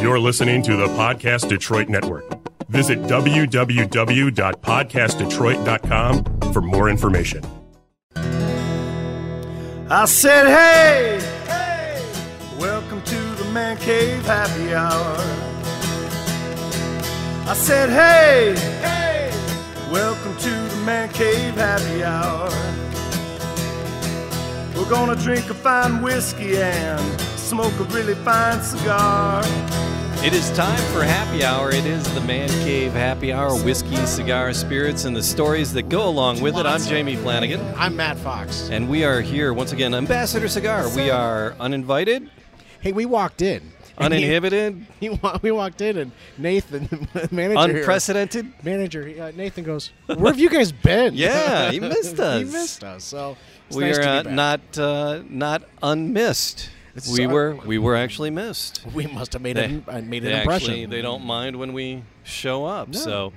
You're listening to the Podcast Detroit Network. Visit www.podcastdetroit.com for more information. I said, hey, hey, welcome to the Man Cave Happy Hour. I said, hey, hey, welcome to the Man Cave Happy Hour. We're gonna drink a fine whiskey and smoke a really fine cigar. It is time for happy hour. It is the Man Cave happy hour. Whiskey, cigar, spirits, and the stories that go along with it. I'm Jamie Flanagan, I'm Matt Fox. and we are here once again, Ambassador Cigar. We are uninvited, Hey, we walked in. And he- uninhibited, he wa- we walked in, and Nathan, the manager, here- unprecedented. manager, uh, Nathan goes, "Where have you guys been? Yeah, he missed he us. missed us. So it's We nice are to be uh, back. not uh, not unmissed. It's We so- were we were actually missed. We must have made They- an, uh, made an they impression. Actually, they don't mind when we show up. so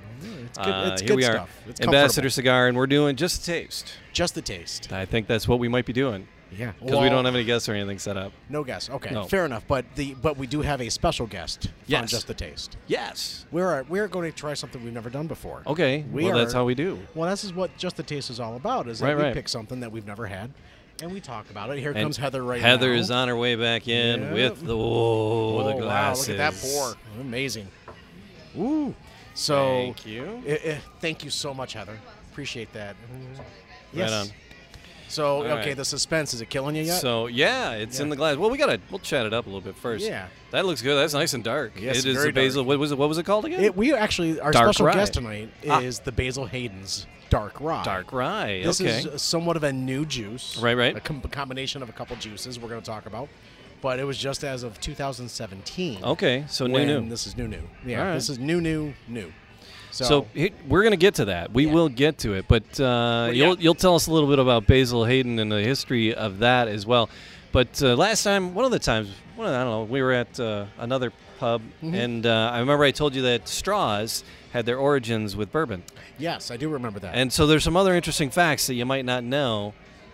it's good- uh, it's here good we are, stuff. It's Ambassador comfortable. Cigar, and we're doing just taste. Just the taste. I think that's what we might be doing Yeah, because we don't have any guests or anything set up. no guess. Okay, No. fair enough. But the but we do have a special guest on Yes. just the taste. Yes. We're we're going to try something we've never done before. Okay. We well, that's are- how we do. Well, this is what just the taste is all about. Is that Right, we right. pick something that we've never had, and we talk about it. Here And comes Heather right Heather now. is on her way back in Yeah. Oh, with the whoa, Oh, the glasses. Wow, look at that pour. Amazing. Woo. So Thank you. eh, eh, thank you so much, Heather. Appreciate that. Right Yes. on. So All okay, right. the suspense is it killing you yet? So yeah, it's in Yeah. the glass. Well, we gotta we'll chat it up a little bit first. Yeah. That looks good. That's nice and dark. Yes, it is very the basil. What was it? What was it called again? it, we actually our Dark special rye. guest tonight Ah. is the Basil Hayden's Dark Rye. dark rye. This okay. is somewhat of a new juice. Right, right. A com- combination of a couple juices we're going to talk about, but it was just as of 2017. okay. So Oh, new, when new. This is new, new. Yeah. All right. This is new, new, new. So, so it, we're gonna get to that. We will get to it, but uh, yeah. you'll you'll tell us a little bit about Basil Hayden and the history of that as well. But uh, last time, one of the times, one of the- I don't know, we were at uh, another pub, and uh, I remember I told you that straws had their origins with bourbon, yes, I do remember that. and so there's some other interesting facts that you might not know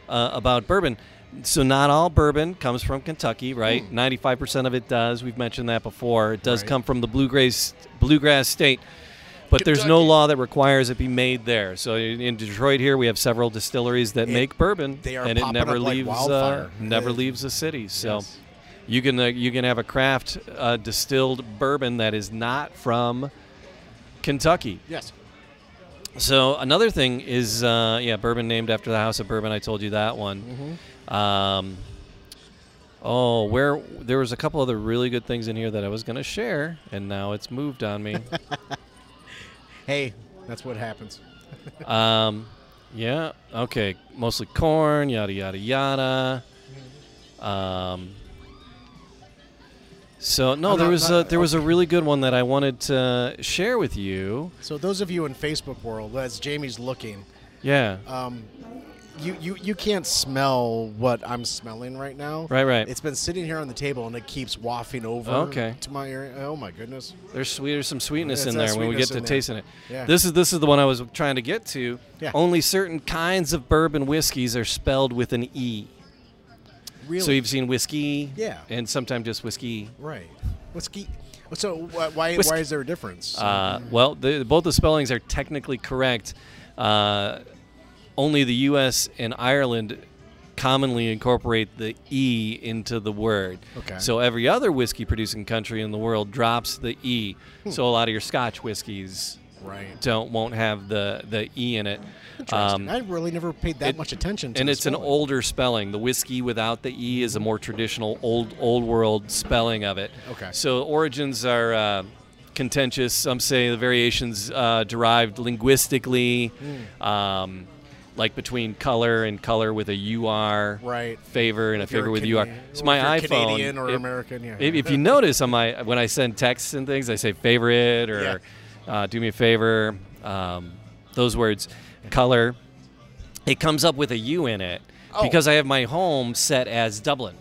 uh, about bourbon. So not all bourbon comes from Kentucky, right? Ninety-five percent of it does. We've mentioned that before. It does Hmm. Right. come from the bluegrass bluegrass state, but there's no Kentucky. law that requires it be made there. So in in Detroit here, we have several distilleries that make bourbon, they are and it popping never up like leaves uh, wildfire. never Uh, leaves the city. So. yes. You can uh, you can have a craft uh, distilled bourbon that is not from Kentucky. yes. So another thing is, uh, yeah, bourbon named after the House of Bourbon. I told you that one. Mm-hmm. Um, oh, where there was a couple other really good things in here that I was going to share, and now it's moved on me. Hey, that's what happens. um, yeah, okay, mostly corn, yada yada yada. Um, so no, I'm there not- was a, not- there was a really good one that I wanted to share with you. So those of you in Facebook world, as Jamie's looking, Yeah, you, you you can't smell what I'm smelling right now. Right, right. It's been sitting here on the table and it keeps wafting over Okay. to my ear. Oh my goodness. There's sweet. There's some sweetness It's in that there when we get sweetness to in there. tasting it. Yeah. This is this is the one I was trying to get to. Yeah. Only certain kinds of bourbon whiskeys are spelled with an e. Really? So you've seen whiskey. Yeah. And sometimes just whiskey. right. Whiskey. So wh- why Whiskey. why is there a difference? Uh, well, the, both the spellings are technically correct. Uh, only the U.S. and Ireland commonly incorporate the e into the word. Okay. So every other whiskey-producing country in the world drops the e. Hmm. So a lot of your Scotch whiskeys right. don't won't have the the e in it. Interesting. Um, I really never paid that it- much attention to. and the it's an smelling. older spelling. The whiskey without the e is a more traditional old old world spelling of it. Okay. So origins are uh, contentious. Some say the variations uh, derived linguistically, Hmm. um, like between color and color with a ur. Right. Favor and a If you're favor with Cana- ur. So or my if you're iPhone. Canadian or if- American, yeah. If, if you notice on my when I send texts and things, I say favorite or Yeah. uh, do me a favor. Um, those words, color. It comes up with a U in it Oh. because I have my home set as Dublin.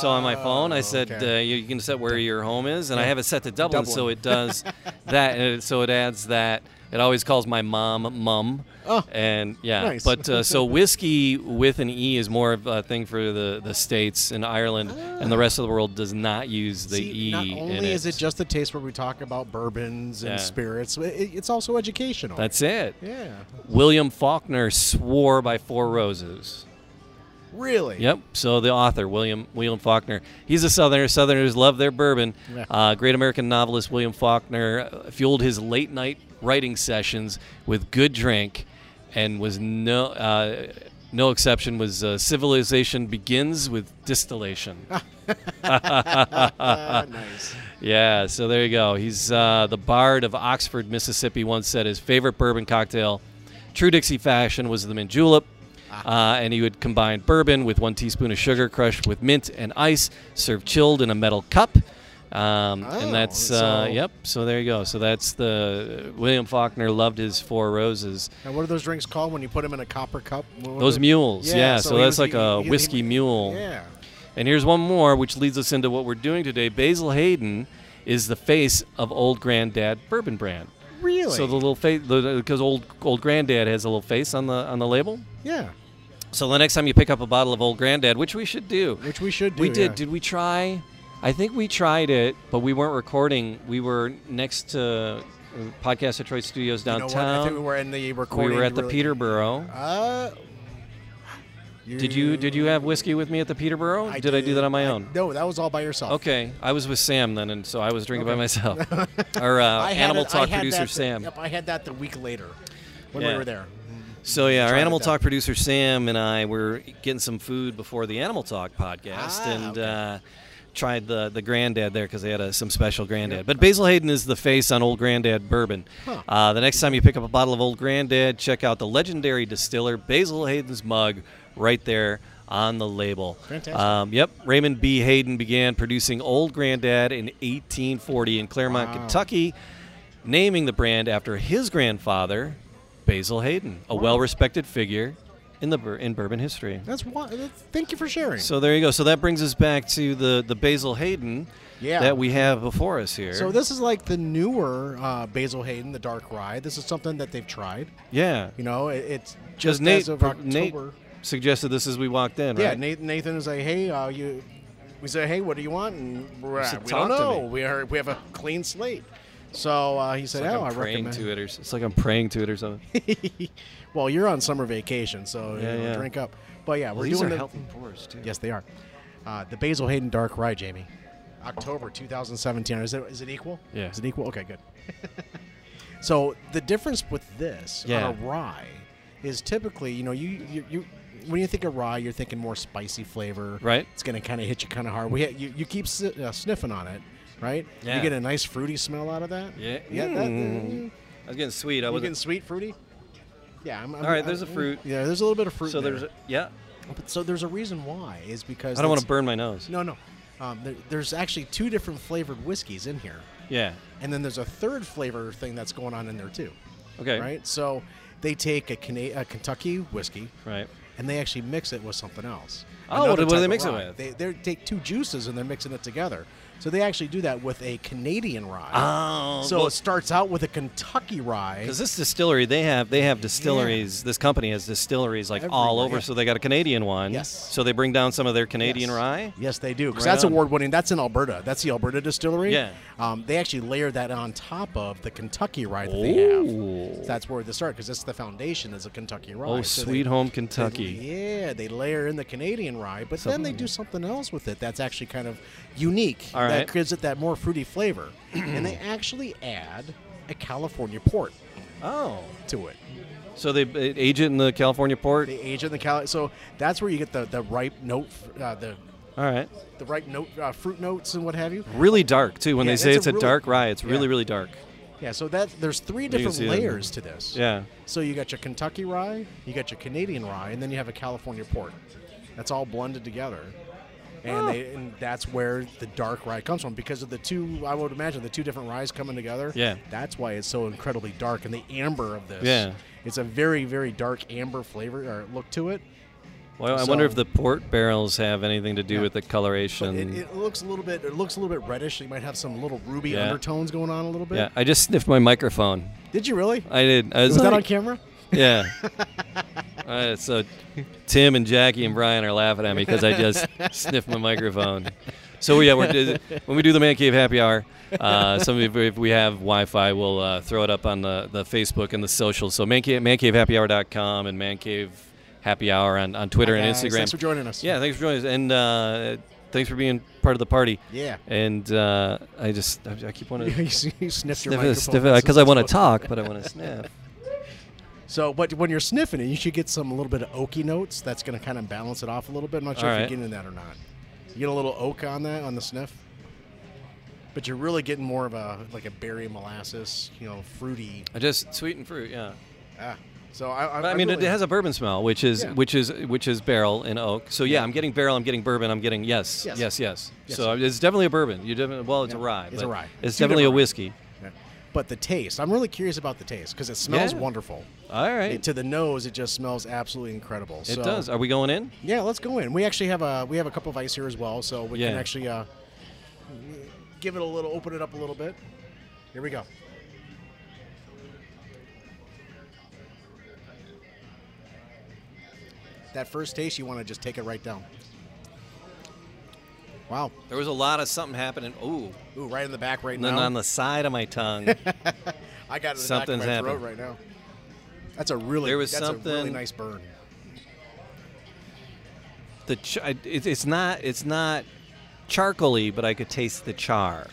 So on my phone, I said Oh, okay. uh, you, you can set where your home is, and I have it set to Dublin, Dublin. so it does that, and it, so it adds that. It always calls my mom mum. Oh, and yeah, nice. but uh, so whiskey with an e is more of a thing for the the states and Ireland, and the rest of the world does not use the Ah. See, e. not in only is it just the taste where we talk about bourbons and Yeah. spirits, i- i- it's also educational. that's it. yeah, William Faulkner swore by four roses. really. Yep. So the author William William Faulkner, he's a Southerner. Southerners love their bourbon. Yeah. Uh, great American novelist William Faulkner uh, fueled his late night writing sessions with good drink, and was no uh, no exception. Was uh, civilization begins with distillation. Ah, nice. yeah. So there you go. He's uh, the Bard of Oxford, Mississippi. Once said his favorite bourbon cocktail, true Dixie fashion, was the mint julep. Ah. Uh, and he would combine bourbon with one teaspoon of sugar crushed with mint and ice, served chilled in a metal cup. Um, Oh, and that's, uh, so- yep, so there you go. So that's the William Faulkner loved his Four Roses. And what are those drinks called when you put them in a copper cup? What were Those the- mules, yeah, so he that's was- like a whiskey mule. Yeah. And here's one more, which leads us into what we're doing today. Basil Hayden is the face of Old Granddad Bourbon Brand. Really? So the little face, because old old granddad has a little face on the on the label. yeah, So the next time you pick up a bottle of old granddad, which we should do, which we should do. we did. yeah. Did we try? I think we tried it, but we weren't recording. We were next to uh, Podcast Detroit Studios You know what? I downtown. think we were in the we, recording. were at the really- Peterborough. Uh, did you did you have whiskey with me at the Peterborough? I did, I do that on my I- own? no, that was all by yourself. Okay, I was with Sam then, and so I was drinking by Okay. myself. Our uh, I had Animal it- I Talk had producer that the- Sam. Yep, I had that the week later when we Yeah. were there. So yeah, our tried it Animal then. Talk producer Sam and I were getting some food before the Animal Talk podcast, Ah, and okay. uh, tried the the Granddad there because they had a, some special Granddad. But Basil Hayden is the face on Old Granddad Bourbon. Huh. Uh, the next time you pick up a bottle of Old Granddad, check out the legendary distiller Basil Hayden's mug right there on the label. Fantastic. Um, yep, Raymond B. Hayden began producing Old Granddad in 1840 in Claremont, Wow. Kentucky naming the brand after his grandfather, Basil Hayden, a well-respected figure in the bur- in bourbon history. That's why. That's, thank you for sharing. So there you go. So that brings us back to the the Basil Hayden Yeah. that we have before us here. So this is like the newer uh, Basil Hayden, the Dark Rye. This is something that they've tried. yeah, You know, it, it's because just Nate as of pro- October. Nate suggested this as we walked in. Yeah, right? Nathan, Nathan was like, "Hey, uh, you." We said, "Hey, what do you want?" And we're said, at, we don't "Talk to know. me." We are we have a clean slate. So uh, he said, It's like "Oh, I'm I praying recommend." to it, or s- it's like I'm praying to it, or something. Well, you're on summer vacation, so you Yeah, know, yeah. drink up. But yeah, we're These doing are the, healthy pours too. Yes, they are. Uh, the Basil Hayden Dark Rye, Jamie. October 2017. Is it, is it equal? Yeah. Is it equal? Okay, good. so the difference with this Yeah. on a rye is typically, you know, you, you you when you think of rye, you're thinking more spicy flavor. Right. It's going to kind of hit you kind of hard. We ha- you, you keep si- uh, sniffing on it, right? Yeah. You get a nice fruity smell out of that. Yeah. Yeah. That, Mm. I was getting sweet. I you was getting sweet, fruity? Yeah. I'm, I'm, All right, there's a fruit. Yeah, there's a little bit of fruit. so in there. there's a- yeah. But so there's a reason why is because I don't want it's- to burn my nose. No, no. Um, there, there's actually two different flavored whiskeys in here, Yeah. and then there's a third flavor thing that's going on in there too, Okay. right? So they take a, Cana- a Kentucky whiskey Right. and they actually mix it with something else. Oh, what Another do- what do type they of mix it rye. with? They, they take two juices and they're mixing it together. So they actually do that with a Canadian rye. Oh. so well, it starts out with a Kentucky rye. Because this distillery, they have they have distilleries. This company has distilleries like all Everywhere, over. yeah. So they got a Canadian one. Yes. So they bring down some of their Canadian yes. rye. Yes, they do. Because Right that's on. award winning. That's in Alberta. That's the Alberta distillery. Yeah. Um, they actually layer that on top of the Kentucky rye that they have. Ooh. So that's where they start because that's the foundation is a Kentucky rye. Oh, So sweet they- home they- Kentucky. yeah, they layer in the Canadian rye, but then they do something else with it that's actually kind of unique. All right. That gives it that more fruity flavor. and they actually add a California port Oh. to it. So they uh, age it in the California port. They age in the Cali. So that's where you get the, the ripe note, uh, the, All right. the ripe note, uh, fruit notes and what have you. Really dark too. When Yeah, they say that's it's a, a really- dark rye, it's really yeah. really dark. Yeah, so that there's three can different see that. layers to this. Yeah. So you got your Kentucky rye, you got your Canadian rye, and then you have a California port. That's all blended together. And, they, and that's where the dark rye comes from because of the two, I would imagine, the two different ryes coming together. Yeah. That's why it's so incredibly dark. And the amber of this. Yeah. It's a very, very dark amber flavor or look to it. Well, I wonder So- if the port barrels have anything to do Yeah. with the But coloration. it, it looks a little bit. It looks a little bit reddish. You might have some little ruby Yeah. undertones going on a little bit. yeah, I just sniffed my microphone. Did you really? I did. I was, Was that on like- camera? Yeah. Uh, so Tim and Jackie and Brian are laughing at me because I just sniffed my microphone. So yeah, we're, when we do the man cave happy hour, uh, some of you, if we have Wi-Fi, we'll uh, throw it up on the, the Facebook and the social. So man cave, mancavehappyhour.com and man cave happy hour on, on Twitter Hi, and guys. Instagram. Thanks for joining us. Yeah, thanks for joining us, and uh, thanks for being part of the party. Yeah. And uh, I just I, I keep wanting you to sniffed your sniff microphone. it, sniff it, because I want to talk, but I want to sniff. So, but when you're sniffing it, you should get some a little bit of oaky notes. That's going to kind of balance it off a little bit. I'm not sure All if right. you're getting that or not. You get a little oak on that on the sniff, but you're really getting more of a like a berry molasses, you know, fruity. I just sweet and fruit, yeah. Ah. So I, I, But, I mean, really, it has a bourbon smell, which is Yeah. which is which is barrel and oak. So yeah, I'm getting barrel, I'm getting bourbon, I'm getting yes, yes, Yes. yes. Yes. So it's definitely a bourbon. You definitely well, it's a Yeah. rye. It's a but rye. It's Two definitely a different ryes. whiskey. Yeah. But the taste, I'm really curious about the taste because it smells Yeah. wonderful. All right, It- to the nose, it just smells absolutely incredible. it so, does. Are we going in? Yeah, let's go in. We actually have a we have a couple of ice here as well, so we Yeah. can actually uh, give it a little, open it up a little bit. Here we go. That first taste, you want to just take it right down. Wow! There was a lot of something happening. Ooh, Ooh, right in the back right and then now. on the side of my tongue, I got it in the something's back of my happened. throat right now. That's a really There was that's a really something- nice burn. the ch- I- it, it's not it's not charcoaly, but I could taste the char.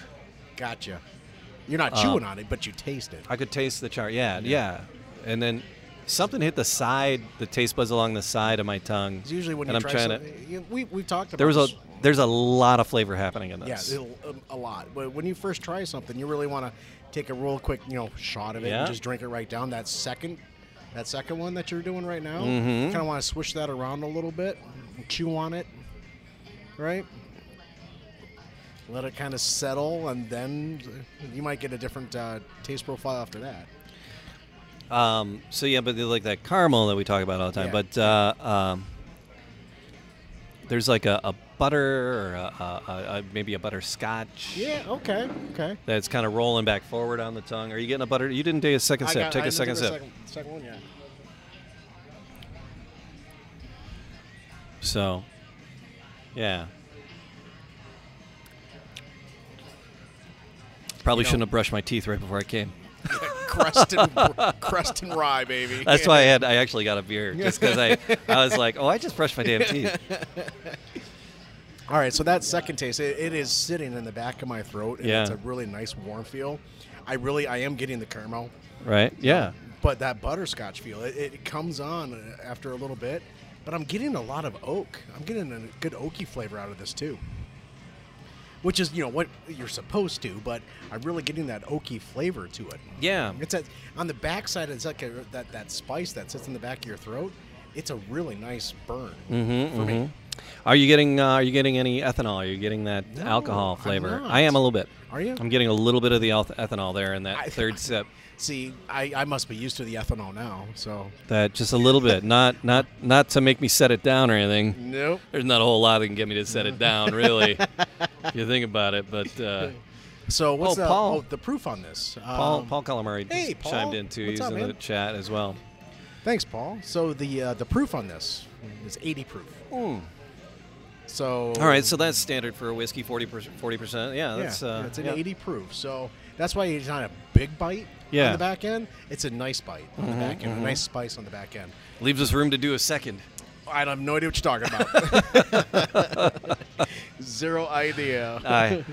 Gotcha. You're Um, not chewing on it, but you taste it. I could taste the char. Yeah, yeah. And then something hit the side, the taste buds along the side of my tongue. It's usually when and you I'm try trying to. something. you- we we've talked about There was a this. there's a lot of flavor happening in yeah this. it'll, um, a lot. But when you first try something, you really want to take a real quick you know shot of it Yeah. and just drink it right down. That second that second one that you're doing right now, Mm-hmm. kind of want to swish that around a little bit, chew on it, right? Let it kind of settle, and then you might get a different uh, taste profile after that. um, so yeah, but they're like that caramel that we talk about all the time. Yeah. But uh, um, there's like a, a butter or a, a, a, a- maybe a butterscotch. Yeah. Okay. Okay. That's kind of rolling back forward on the tongue. Are you getting a butter? You didn't take a second I sip. got- take I a didn't do second the sip. Second, second one, yeah. So, yeah. Probably shouldn't have brushed my teeth right before I came. crust and crust and rye, baby. That's why I had I actually got a beer just because I I was like, oh, I just brushed my damn teeth. All right, so that second taste, it, it is sitting in the back of my throat, and Yeah. it's a really nice warm feel. I really, I am getting the caramel, Right? Yeah. but that butterscotch feel, it, it comes on after a little bit. But I'm getting a lot of oak. I'm getting a good oaky flavor out of this too, which is you know what you're supposed to. But I'm really getting that oaky flavor to it. Yeah. It's a, on the backside. It's like a, that that spice that sits in the back of your throat. It's a really nice burn for me. Mm-hmm, Are you getting uh, Are you getting any ethanol? Are you getting that No, alcohol I'm flavor? not. I am a little bit. Are you? I'm getting a little bit of the alth- ethanol there in that I- third sip. See, I, I must be used to the ethanol now, so. That just a little bit. Not not not to make me set it down or anything. Nope. There's not a whole lot that can get me to set it down, really. if you think about it, but uh, So what's Oh, the, Paul. oh, the proof on this? Paul Um, Paul Calamari just hey, Paul. chimed in too. What's He's up, in the man? chat as well. Um, Thanks, Paul. So the uh, the proof on this is 80 proof. So All right, so that's standard for a whiskey, 40 percent. Yeah, yeah, that's uh, it's an yeah. 80 proof. So that's why it's not a big bite Yeah. Mm-hmm, on the back end. It's a nice bite on the back end, a nice spice on the back end. Leaves us room to do a second. I have no idea what you're talking about. Zero idea. I,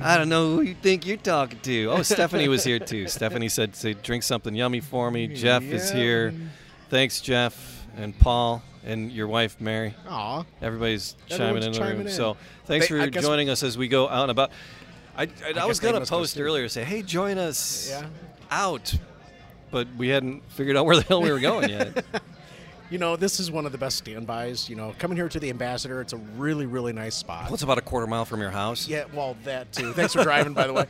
I don't know who you think you're talking to. Oh, Stephanie was here too. Stephanie said, "Say drink something yummy for me." Jeff is Yeah. here. Thanks, Jeff and Paul and your wife Mary. Aw. Everybody's chiming Everyone's in the chiming room. in. So thanks They- for I guess- joining us as we go out and about. I, I, I was guess they gonna must have post seen it. earlier say, "Hey, join us Yeah. out," but we hadn't figured out where the hell we were going yet. You know, this is one of the best standbys. You know, coming here to the Ambassador, it's a really, really nice spot. What's about a quarter mile from your house? Yeah, well, that too. Thanks for driving, by the way.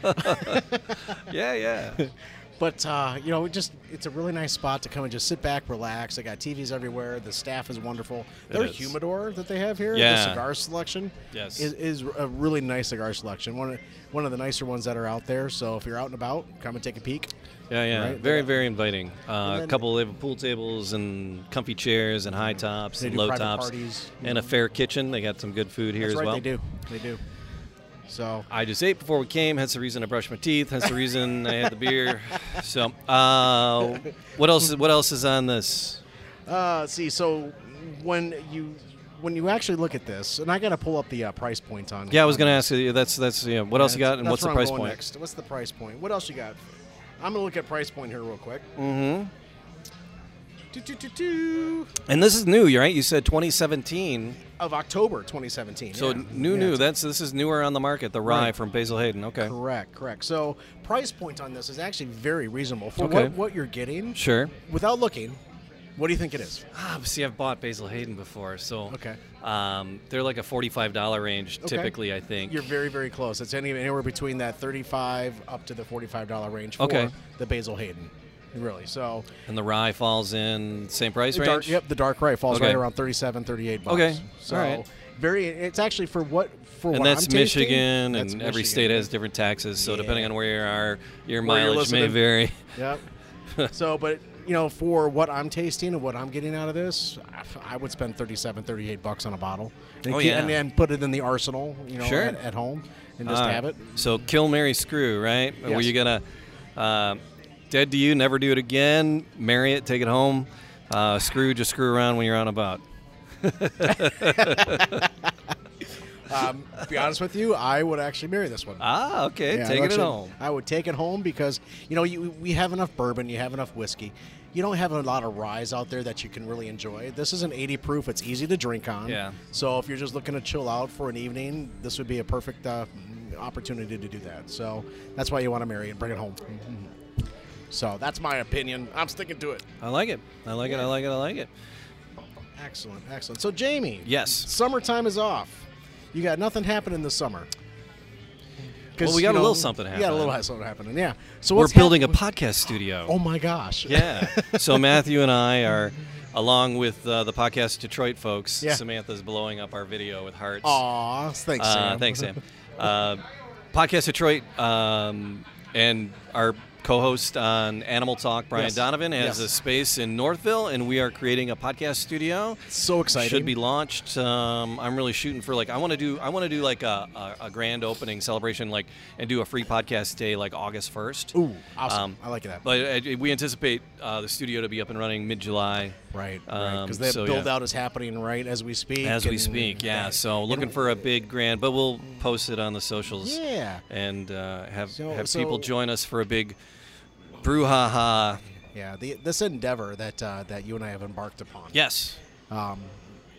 yeah, yeah. But uh, you know, it just it's a really nice spot to come and just sit back, relax. They got TVs everywhere. The staff is wonderful. Their is. humidor that they have here, Yeah. the cigar selection, Yes. is, is a really nice cigar selection. One of, one of the nicer ones that are out there. So if you're out and about, come and take a peek. Yeah, yeah. Right? Very, very inviting. Uh, a And then- Mm. couple of pool tables and comfy chairs and high tops They and do low private tops parties. Mm-hmm. and a fair kitchen. They got some good food here That's as right, well. they do. They do. So I just ate before we came. Hence the reason I brushed my teeth. Hence the reason I had the beer. So, uh, what else? What else is on this? Uh, see, so when you when you actually look at this, and I got to pull up the uh, price point on. Yeah, I was on gonna this. ask you. That's that's yeah. What else you That's- got? And that's what's the where I'm price going point? Next. What's the price point? What else you got? I'm gonna look at price point here real quick. Mm-hmm. And this is new, right? You said 2017. Of October 2017. So yeah. new, Yeah, new. it's That's this is newer on the market. The rye Right. from Basil Hayden. Okay. correct, correct. So price point on this is actually very reasonable for Okay. what, what you're getting. Sure. Without looking, what do you think it is? Ah, but see, I've bought Basil Hayden before, so Okay. Um, they're like a forty-five dollar range Okay. typically, I think. You're very, very close. It's any, anywhere between that 35 up to the $45 range for Okay. the Basil Hayden, really. So, and the rye falls in same price the range. dark, yep, the dark right falls Okay. right around 37, 38 bucks. Okay. So, All right. very, it's actually for what, for And what that's I'm tasting, Michigan, that's and every Michigan. state has different taxes. So depending Yeah. on where you are, your Where you're mileage may listening. vary. Yep. so, but, you know, for what I'm tasting and what I'm getting out of this, I, I would spend 37, 38 bucks on a bottle. And Oh, keep- yeah. And then put it in the arsenal, you know, Sure. at, at home and just Ah, have it. So kill Mary Screw, right? Were Yes. you gonna uh, dead to you, never do it again, marry it, take it home, uh, screw, just screw around when you're on about. Um, to be honest with you, I would actually marry this one. Ah, okay, Yeah, I'd take it actually- home. I would take it home because you know you, we have enough bourbon, you have enough whiskey. You don't have a lot of ryes out there that you can really enjoy. This is an 80 proof. It's easy to drink on. Yeah. So if you're just looking to chill out for an evening, this would be a perfect uh, opportunity to do that. So that's why you want to marry and bring it home. Mm-hmm. So that's my opinion. I'm sticking to it. I like it. I like it. I like it. I like it. Excellent, excellent. So Jamie, Yes. summertime is off. You got nothing happening this summer. 'Cause, Well, we got you a little something Yeah, a happening. little something happening. Yeah. So We're what's building hap- a podcast studio. Oh my gosh. Yeah. So Matthew and I are, along with uh, the podcast Detroit folks, Yeah. Samantha's blowing up our video with hearts. Aw, thanks, Uh, Sam. Thanks, Sam. Uh, podcast Detroit um, and our co-host on Animal Talk, Brian Yes. Donovan, has Yes. a space in Northville, and we are creating a podcast studio. So exciting. Should be launched. Um, I'm really shooting for like I want to do. I want to do like a, a, a grand opening celebration, like and do a free podcast day like August 1st. Ooh, awesome. I like that. But uh, we anticipate uh, the studio to be up and running mid-July. Right. Um, Because that so, yeah. build out is happening right as we speak. As we and- speak, yeah. So looking for a big grand, but we'll post it on the socials. Yeah. And uh, have So- have so- people join us for a big brouhaha. Yeah. The, this endeavor that uh, that you and I have embarked upon. Yes. Um,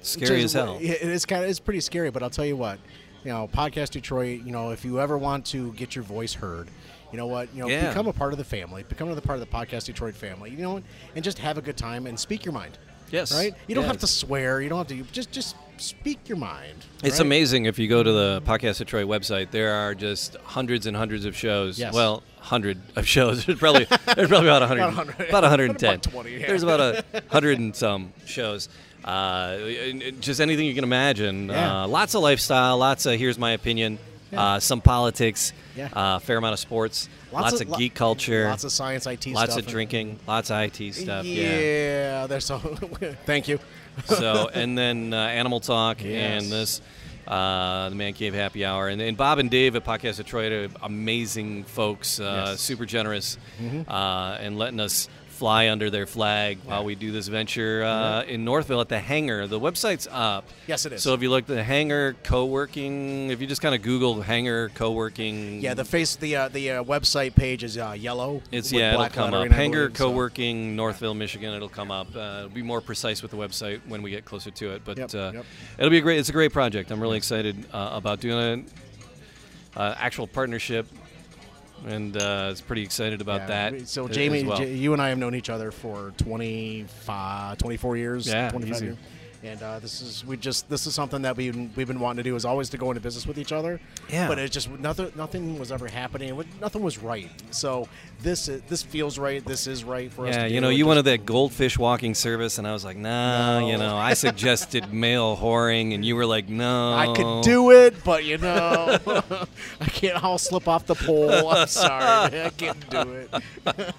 Scary as Just- hell. It is kind of it's pretty scary, but I'll tell you what, you know, podcast Detroit. You know, if you ever want to get your voice heard, you know what, you know, Yeah. become a part of the family, become another part of the podcast Detroit family. You know, and just have a good time and speak your mind. Yes. Right. You don't Yeah. have to swear. You don't have to. you Just just speak your mind. It's right? amazing if you go to the Podcast Detroit website. There are just hundreds and hundreds of shows. Yes. Well, hundred of shows. There's probably there's probably about hundred, About 100, about yeah. hundred and ten. About 20, yeah. There's about a hundred and some shows. Uh, and- and just anything you can imagine. Yeah. Uh, lots of lifestyle. Lots of here's my opinion. Uh, some politics. Yeah. Uh, fair amount of sports. Lots, of, lo- geek culture. Lots of science, IT lots stuff. of drinking. Lots of IT stuff. Yeah, there's so. Thank you. so and then uh, Animal Talk Yes. and this uh, the Man Cave Happy Hour and, and Bob and Dave at Podcast Detroit are amazing folks, uh, Yes. Mm-hmm. super generous, uh, and letting us fly under their flag while we do this venture uh, in Northville at the Hangar. The website's up. Mm-hmm. Yes, it is. So if you look at the Hangar co-working, if you just kind of Google Hangar co-working, Yeah, the face, the uh, the uh, website page is uh, yellow. It's with yeah, it'll black come up. lettering, I Hanger believe, so- co-working, Northville, Michigan. It'll come up. Uh, be more precise with the website when we get closer to it. But Yep, uh, yep. it'll be a great. It's a great project. I'm really excited uh, about doing an uh, actual partnership, and uh, it's pretty excited about Yeah, we- that. So a- as Jamie, well. J- you and I have known each other for 25, 24 years. Yeah, 25 easy. years. And uh, this is we just this is something that we we've been wanting to do is always to go into business with each other. Yeah. But it just nothing nothing was ever happening. It would- Nothing was right. So this is, this feels right. This is right for us. Yeah, to you do. know, It you just- wanted that goldfish walking service, and I was like, nah, you know, I suggested male whoring, and you were like, no. I could do it, but you know, I can't. I'll slip off the pole. I'm sorry, man, I can't do it.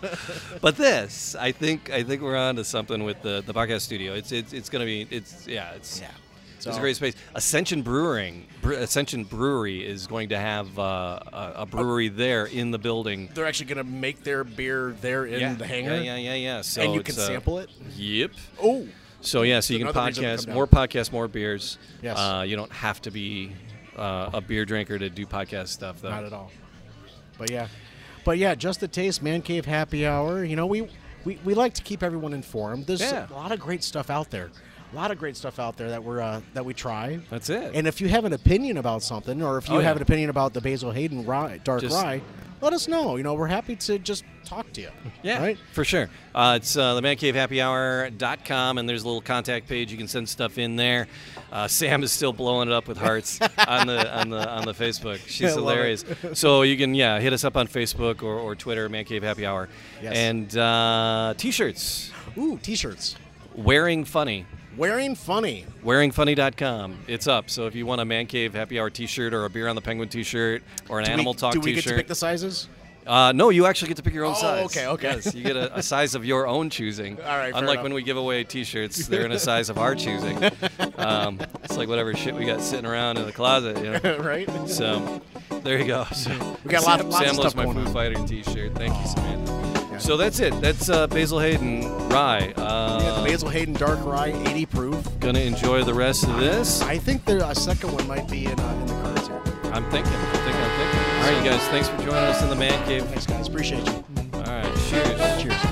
But this, I think, I think we're on to something with the, the podcast studio. It's it's, it's gonna be it's yeah it's yeah. it's So- a great space. Ascension Brewing, Bre- Ascension Brewery is going to have uh, a, a brewery there in the building. They're actually gonna make their beer there in yeah, the hangar, Yeah, yeah, yeah, yeah. So and you it's can a- sample it. Yep. Oh, So yeah, so you can Another reason to come podcast down. more podcasts, more beers. Yes. Uh, you don't have to be uh, a beer drinker to do podcast stuff, though. not at all. But yeah, but yeah, just the taste, man cave happy hour. You know, we we, we like to keep everyone informed. There's Yeah. a lot of great stuff out there, a lot of great stuff out there that we're uh, that we try. That's it. And if you have an opinion about something, or if you Oh, have yeah. an opinion about the Basil Hayden rye, dark Just- rye, let us know. You know, we're happy to just talk to you. Yeah, Right. for sure. Uh, it's uh, themancavehappyhour.com, and there's a little contact page. You can send stuff in there. Uh, Sam is still blowing it up with hearts on the on the on the Facebook. She's I love hilarious. so you can yeah hit us up on Facebook or, or Twitter, Man Cave Happy Hour, Yes. and uh, t-shirts. Ooh, t-shirts. Wearing funny. Wearing funny. Wearingfunny.com. It's up. So if you want a Man Cave Happy Hour T-shirt or a Beer on the Penguin T-shirt or an Do we- Animal Talk Do we T-shirt, get to pick the sizes? Uh, no, you actually get to pick your own Oh, size. okay, okay. Yes, you get a, a size of your own choosing. All right, fair Unlike enough. when we give away T-shirts, they're in a size of our choosing. Um, it's like whatever shit we got sitting around in the closet, you know. right. So there you go. So, We got Sam, lots- lots of Sam loves stuff my going Foo on. Fighter T-shirt. Thank you, Samantha. So that's it. That's uh, Basil Hayden Rye. Yeah, the Uh, Basil Hayden dark rye, 80 proof. gonna enjoy the rest of this. I think the uh, second one might be in, uh, in the cards here. I'm thinking. I'm thinking. I'm thinking. All right, you guys. Thanks for joining us in the man cave. Thanks, guys. Appreciate you. All right. Cheers. Cheers.